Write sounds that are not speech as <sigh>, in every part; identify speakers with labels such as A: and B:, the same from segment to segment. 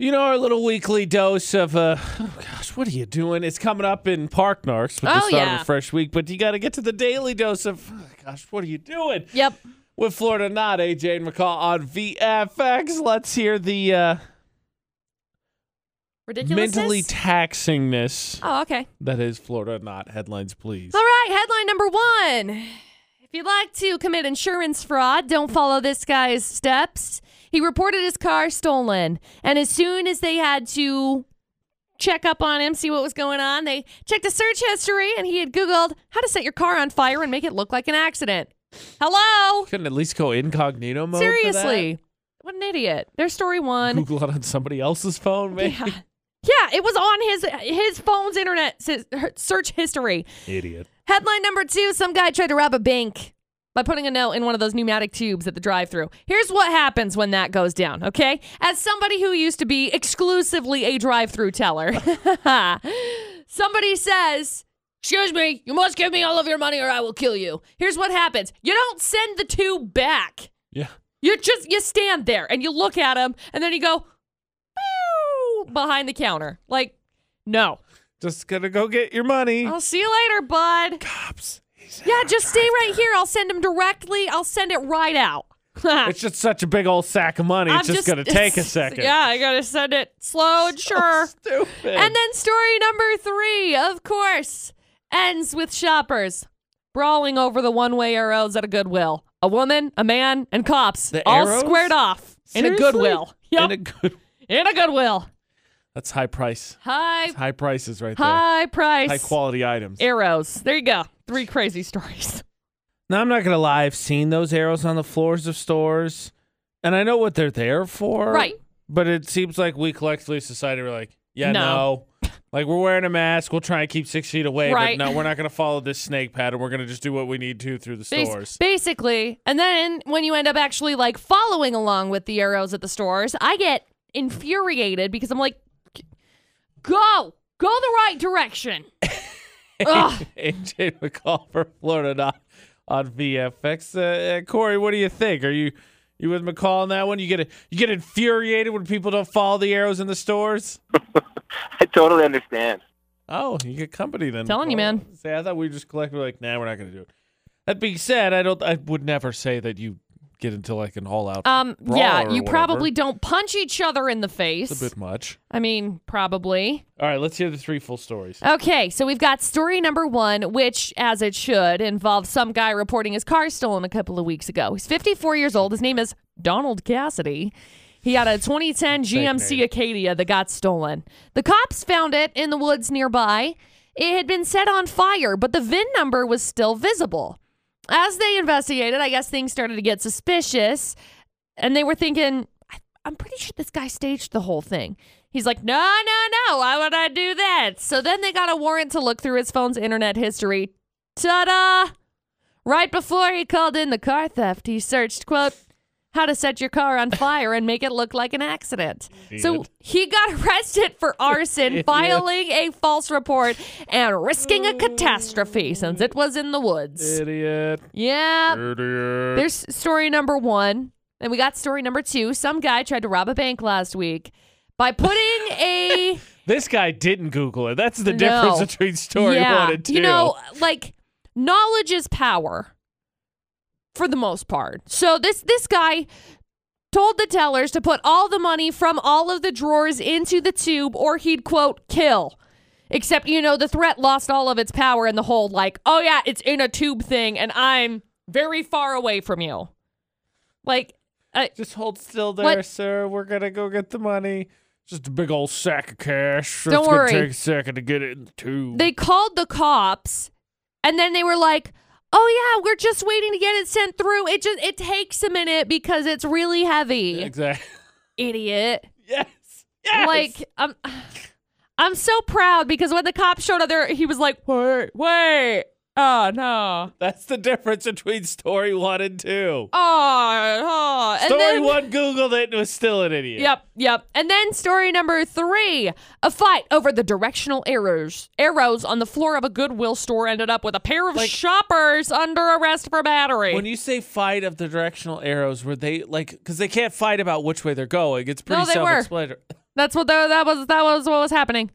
A: You know, our little weekly dose of, uh, oh gosh, what are you doing? It's coming up in Park Narks with the
B: Oh,
A: start of
B: yeah.
A: a fresh week, but you got to get to the daily dose of, oh, gosh, what are you doing?
B: Yep.
A: With Florida Not, AJ and McCall on VFX. Let's hear the uh,
B: Ridiculousness.
A: mentally taxingness
B: oh, okay.
A: that is Florida Not headlines, please.
B: All right, headline number one. If you'd like to commit insurance fraud, don't follow this guy's steps. He reported his car stolen, and as soon as they had to check up on him, see what was going on, they checked his search history, and he had Googled how to set your car on fire and make it look like an accident. Hello?
A: Couldn't at least go incognito mode? for that?
B: Seriously. What an idiot. There's story one.
A: Google it on somebody else's phone, maybe?
B: Yeah. Yeah, it was on his his phone's internet s- search history.
A: Idiot.
B: Headline number two Some guy tried to rob a bank by putting a note in one of those pneumatic tubes at the drive thru. Here's what happens when that goes down, okay? As somebody who used to be exclusively a drive thru teller, <laughs> somebody says, Excuse me, you must give me all of your money or I will kill you. Here's what happens you don't send the tube back.
A: Yeah.
B: You just you stand there and you look at him and then you go "Meow," behind the counter. Like, no.
A: Just gonna go get your money.
B: I'll see you later, bud.
A: Cops. He's
B: Yeah,
A: out.
B: just stay right here. I'll send him directly. I'll send it right out. <laughs>
A: It's just such a big old sack of money. It's
B: I'm
A: just, gonna take
B: <laughs>
A: a second.
B: Yeah, I gotta send it
A: <laughs>
B: slow and sure.
A: Stupid.
B: and then story number three, of course, ends with shoppers brawling over the one-way arrows at a Goodwill. A woman, a man, and cops
A: The
B: all
A: arrows?
B: squared off in a
A: Seriously?
B: Goodwill. Yep,
A: And a good.
B: in a Goodwill.
A: That's high price.
B: High,
A: That's high prices right there.
B: high price
A: High quality items.
B: arrows. There you go. Three crazy stories.
A: now I'm not gonna lie. I've seen those arrows on the floors of stores, and I know what they're there for.
B: Right.
A: But it seems like we collectively as society we're like, yeah, no.
B: No.
A: Like we're wearing a mask, we'll try and keep six feet away,
B: Right.
A: but no, we're not gonna follow this snake pattern. We're gonna just do what we need to through the
B: Bas-
A: stores.
B: basically. And then when you end up actually like following along with the arrows at the stores, I get infuriated because I'm like, go, go the right
A: <laughs>
B: direction. Ugh.
A: AJ McCall for Florida Not on VFX. Uh, uh, Corey, what do you think? Are you you with McCall on that one? You get you get infuriated when people don't follow the arrows in the stores.
C: <laughs> I totally understand.
A: Oh, you get company then.
B: Telling you,
A: McCall.
B: man.
A: Say, I thought we just collectively like, nah, we're not gonna do it. That being said, I don't. I would never say that you get into like an all out.
B: Um,
A: Brawl
B: yeah,
A: or
B: you
A: whatever.
B: probably don't punch each other in the
A: it's
B: face.
A: a bit much.
B: I mean, probably.
A: All right, let's hear the three full stories.
B: Okay, so we've got story number one, which, as it should, involves some guy reporting his car stolen a couple of weeks ago. He's 54 years old. His name is Donald Cassidy. He had a 2010 GMC Acadia that got stolen. The cops found it in the woods nearby. It had been set on fire, but the VIN number was still visible. As they investigated, I guess things started to get suspicious and they were thinking, I- I'm pretty sure this guy staged the whole thing. He's like, no, no, no. Why would I do that? So then they got a warrant to look through his phone's internet history. Ta da! Right before he called in the car theft, he searched, quote, how to set your car on fire and make it look like an accident. So
A: Idiot.
B: he got arrested for arson,
A: Idiot.
B: filing a false report, and risking a catastrophe since it was in the woods.
A: Idiot.
B: Yeah.
A: Idiot.
B: uh, There's story number one, and we got story number two. Some guy tried to rob a bank last week by putting
A: <laughs>
B: a
A: This guy didn't Google it. That's the difference
B: No.
A: between story
B: yeah,
A: one and two.
B: you know, like knowledge is power for the most part. So this this guy told the tellers to put all the money from all of the drawers into the tube, or he'd quote kill. Except you know, the threat lost all of its power, and the whole like, oh yeah, it's in a tube thing, and I'm very far away from you. Like
A: Just hold still there,
B: What-
A: sir. We're gonna go get the money. Just a big old sack of cash.
B: Don't
A: it's
B: worry.
A: gonna take a second to get it in the tube. <laughs>
B: they called the cops and then they were like oh yeah we're just waiting to get it sent through it just it takes a minute because it's really heavy
A: exactly.
B: idiot
A: <laughs> yes. Yes.
B: like i'm i'm so proud because when the cops showed up there he was like wait wait oh no
A: that's the difference between story one and two.
B: oh, oh. And
A: story
B: then-
A: one Googled it and was still an idiot.
B: Yep, yep. And then story number three: a fight over the directional arrows. Arrows on the floor of a Goodwill store ended up with a pair of shoppers under arrest for battery.
A: When you say fight of the directional arrows, were they like because they can't fight about which way they're going? It's pretty
B: No, they were.
A: self-explanatory.
B: That's what tha- that was. That was what was happening.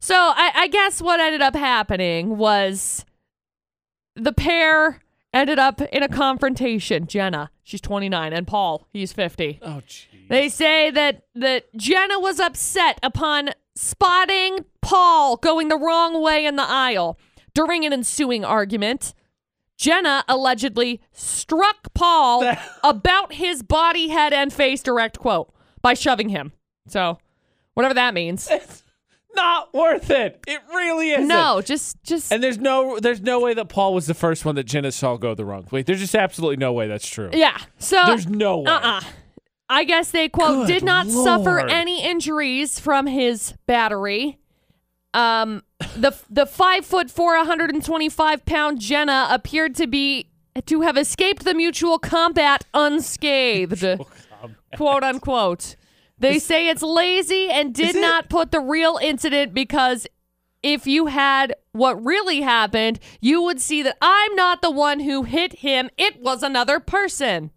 B: So I, I guess what ended up happening was the pair ended up in a confrontation. Jenna, she's 29, and Paul, he's 50.
A: Oh, jeez. <laughs>
B: They say that that Jenna was upset upon spotting Paul going the wrong way in the aisle during an ensuing argument. Jenna allegedly
A: <laughs>
B: struck Paul about his body, head, and face. Direct quote by shoving him. So, whatever that means.
A: It's not worth it. It really isn't.
B: No, just just
A: And there's no there's no way that Paul was the first one that Jenna saw go the wrong way. There's just absolutely no way that's true.
B: yeah. So
A: There's no way.
B: Uh-uh. I guess they quote
A: Good
B: did not suffer
A: Lord.
B: any injuries from his battery. Um, the the five foot four, 125 pound Jenna appeared to be to have escaped the mutual combat unscathed, quote unquote. They say it's lazy and did
A: it-
B: not put the real incident because if you had what really happened, you would see that I'm not the one who hit him. It was another person.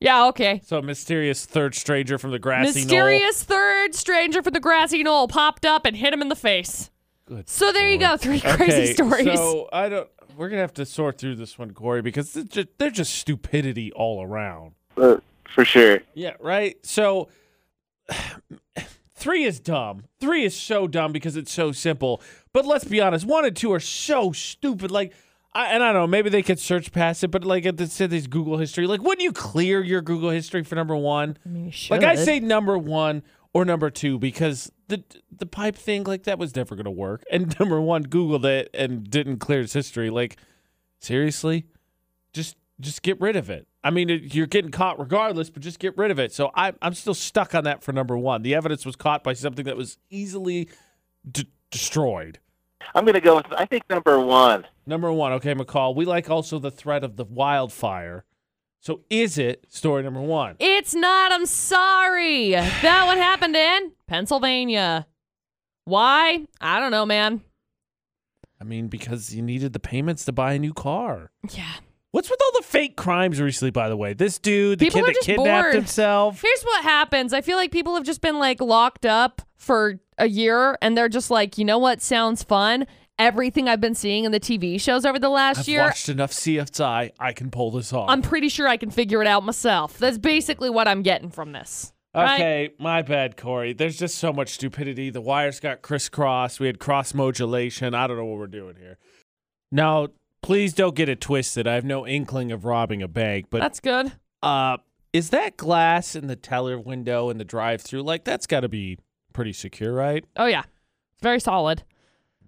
B: Yeah, okay.
A: So a mysterious third stranger from the grassy
B: Mysterious third stranger from the grassy knoll popped up and hit him in the face.
A: Good
B: so there you go, three
A: knoll.
B: crazy stories.
A: So I don't. We're gonna have to sort through this one, Corey, because they're just, they're just stupidity all around.
C: Uh, for sure.
A: Yeah. Right. So. <sighs> Three is dumb. Three is so dumb because it's so simple. But let's be honest, one and two are so stupid. Like, I, and I don't know, maybe they could search past it, but like it said, this Google history. Like, wouldn't you clear your Google history for number one? Like I say number one or number two because the the pipe thing like that was never gonna work. <laughs> And number one Googled it and didn't clear its history. Like seriously, just just get rid of it. I mean, it, you're getting caught regardless, but just get rid of it. So I, I'm still stuck on that for number one. The evidence was caught by something that was easily d- destroyed.
C: I'm gonna go with I think number one.
A: Number one, okay, McCall. We like also the threat of the wildfire. So is it story number one?
B: It's not, I'm sorry. That what happened in Pennsylvania. Why? I don't know, man.
A: I mean, because you needed the payments to buy a new car.
B: Yeah.
A: What's with all the fake crimes recently, by the way? This dude, the
B: People
A: kid
B: are
A: that
B: just
A: kidnapped
B: bored.
A: himself.
B: <laughs> Here's what happens. I feel like people have just been like locked up for a year and they're just like, you know what sounds fun? Everything I've been seeing in the TV shows over the last
A: I've
B: year,
A: watched enough CFI. I can pull this off.
B: I'm pretty sure I can figure it out myself. That's basically what I'm getting from this. right?
A: okay, my bad, Corey. There's just so much stupidity. The wires got crisscrossed. We had cross modulation. I don't know what we're doing here. Now, please don't get it twisted. I have no inkling of robbing a bank, but
B: That's good.
A: uh, is that glass in the teller window in the drive-through like that's got to be pretty secure, right?
B: Oh yeah, it's very solid.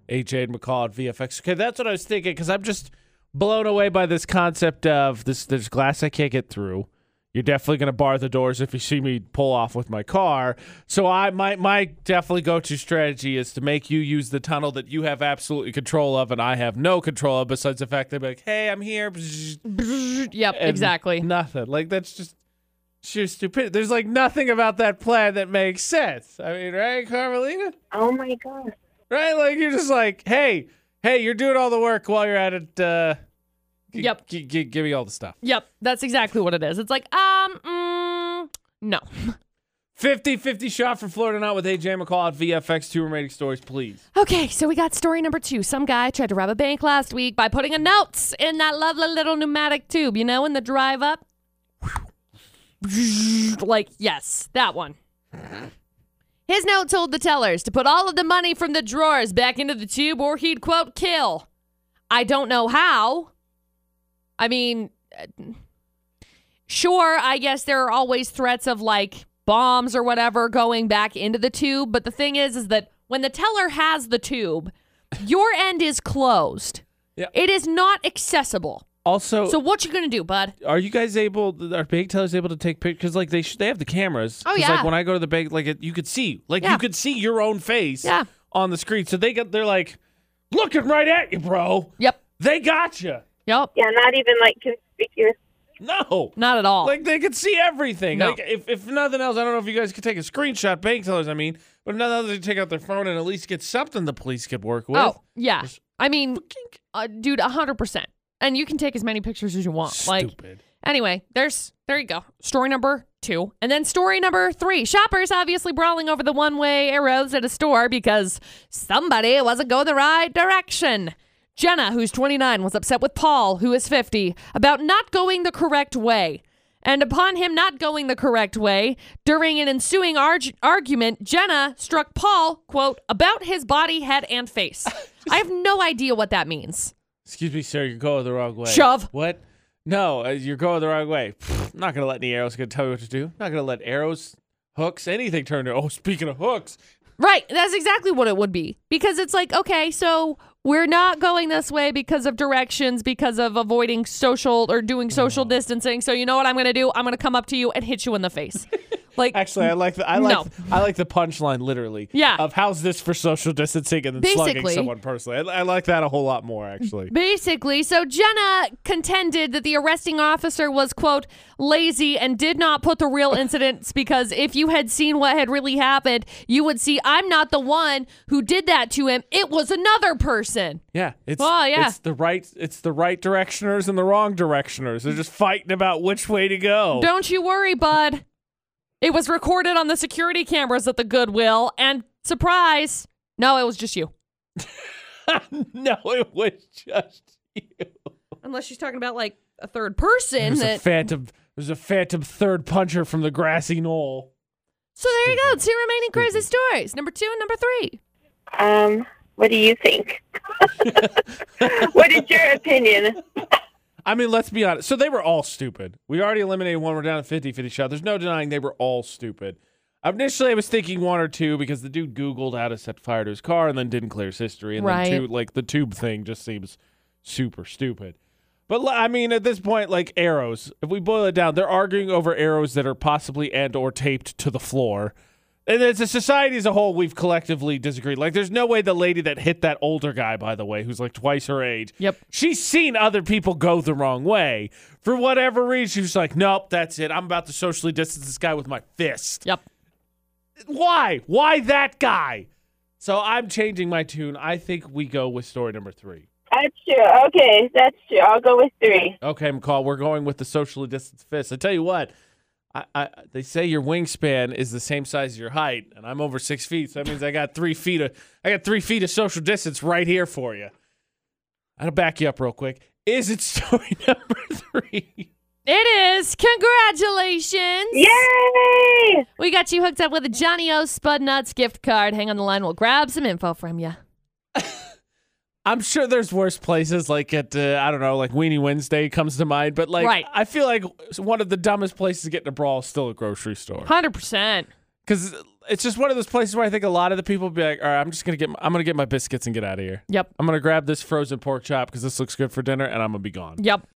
A: AJ and McCall at VFX. Okay, that's what I was thinking because I'm just blown away by this concept of this. There's glass I can't get through. You're definitely gonna bar the doors if you see me pull off with my car. So I my my definitely go to strategy is to make you use the tunnel that you have absolutely control of and I have no control of besides the fact that like, hey, I'm here.
B: yep,
A: and
B: exactly.
A: Nothing. Like that's just sheer stupidity. There's like nothing about that plan that makes sense. I mean, right, Carmelina?
D: Oh my god.
A: right? Like you're just like, hey, hey, you're doing all the work while you're at it. Uh, g-
B: Yep.
A: g- g- give me all the stuff.
B: Yep, that's exactly what it is. It's like um, mm, no.
A: 50-50 shot for Florida not with AJ McCall at VFX. Two remaining stories, please.
B: Okay, so we got story number two. Some guy tried to rob a bank last week by putting a note in that lovely little pneumatic tube, you know, in the drive up. <laughs> Like, yes, that one. His note told the tellers to put all of the money from the drawers back into the tube or he'd, quote, kill. I don't know how. I mean, uh, sure, I guess there are always threats of like bombs or whatever going back into the tube, but the thing is is that when the teller has the tube, your end is closed.
A: Yeah. Oh.
B: It is not accessible.
A: Also,
B: So what you going to do, bud?
A: are you guys able? Are bank tellers able to take pictures? Because like they sh- they have the cameras.
B: Oh,
A: 'Cause,
B: yeah.
A: Like when I go to the bank, like it, you could see, like
B: Yeah.
A: you could see your own face.
B: Yeah.
A: On the screen, so they got they're like looking right at you, bro.
B: Yep.
A: They got you.
B: Yep.
D: Yeah, not even like conspicuous.
A: No.
B: Not at all.
A: Like they could see everything.
B: Oh. No.
A: Like if, if nothing else, I don't know if you guys could take a screenshot, bank tellers, I mean, but if nothing else, they take out their phone and at least get something the police could work with.
B: oh, yeah.
A: Just-
B: I mean, uh, dude, 100%. And you can take as many pictures as you want. Like
A: Stupid.
B: anyway, there's there you go. Story number two. And then story number three shoppers obviously brawling over the one way arrows at a store because somebody wasn't going the right direction. Jenna, who's 29, was upset with Paul, who is 50, about not going the correct way. And upon him not going the correct way, during an ensuing arg- argument, Jenna struck Paul, quote, about his body, head, and face. I have no idea what that means.
A: Excuse me, sir. You're going the wrong way.
B: Shove.
A: What? No, uh, you're going the wrong way. Pfft, not gonna let any arrows gonna tell you what to do. Not gonna let arrows, hooks, anything turn to. Oh, speaking of hooks,
B: Right. That's exactly what it would be. Because it's like, okay, so we're not going this way because of directions, because of avoiding social or doing social distancing. So you know what I'm going to do? I'm going to come up to you and hit you in the face. like,
A: Actually, I like the I like
B: No.
A: I like the punchline literally.
B: Yeah.
A: Of how's this for social distancing and then slugging
B: Basically.
A: someone personally. I, I like that a whole lot more actually.
B: Basically, so Jenna contended that the arresting officer was, quote, lazy and did not put the real incidents because if you had seen what had really happened, you would see I'm not the one who did that to him. It was another person.
A: Yeah. It's
B: Oh, yeah.
A: it's the right it's the right directioners and the wrong directioners. They're just fighting about which way to go.
B: Don't you worry, bud. It was recorded on the security cameras at the Goodwill, and surprise, no, it was just you.
A: <laughs> no, it was just you.
B: Unless she's talking about like a third person
A: There's a
B: that.
A: phantom there's a phantom third puncher from the grassy knoll.
B: so there you go. Two remaining crazy stories. Number two and number three.
D: Um, what do you think? <laughs> what is your opinion?
A: I mean, let's be honest. So they were all stupid. We already eliminated one. We're down to 50 50 shot. There's no denying they were all stupid. Initially, I was thinking one or two because the dude Googled how to set fire to his car and then didn't clear his history. And
B: Right.
A: then, two, like, the tube thing just seems super stupid. But, li- I mean, at this point, like, arrows, if we boil it down, they're arguing over arrows that are possibly and or taped to the floor. And as a society as a whole, we've collectively disagreed. Like, there's no way the lady that hit that older guy, by the way, who's like twice her age,
B: Yep.
A: she's seen other people go the wrong way. For whatever reason, she's like, nope, that's it. I'm about to socially distance this guy with my fist.
B: Yep.
A: Why? Why that guy? So I'm changing my tune. I think we go with story number three.
D: That's true. Okay, that's true. I'll go with three.
A: Okay, McCall, we're going with the socially distanced fist. I tell you what, I, I they say your wingspan is the same size as your height, and I'm over six feet, so that means I got three feet of I got three feet of social distance right here for you. I'll back you up real quick. Is it story <laughs> number three?
B: It is. Congratulations.
D: Yay!
B: We got you hooked up with a Johnny O Spud Nuts gift card. Hang on the line. We'll grab some info from you.
A: I'm sure there's worse places, like at uh, I don't know, like Weenie Wednesday comes to mind, but like
B: Right.
A: I feel like one of the dumbest places to get in a brawl is still a grocery store.
B: 100%.
A: because it's just one of those places where I think a lot of the people be like, "All right, I'm just gonna get, my, I'm gonna get my biscuits and get out of here.
B: Yep.
A: I'm gonna grab this frozen pork chop because this looks good for dinner, and I'm gonna be gone."
B: Yep.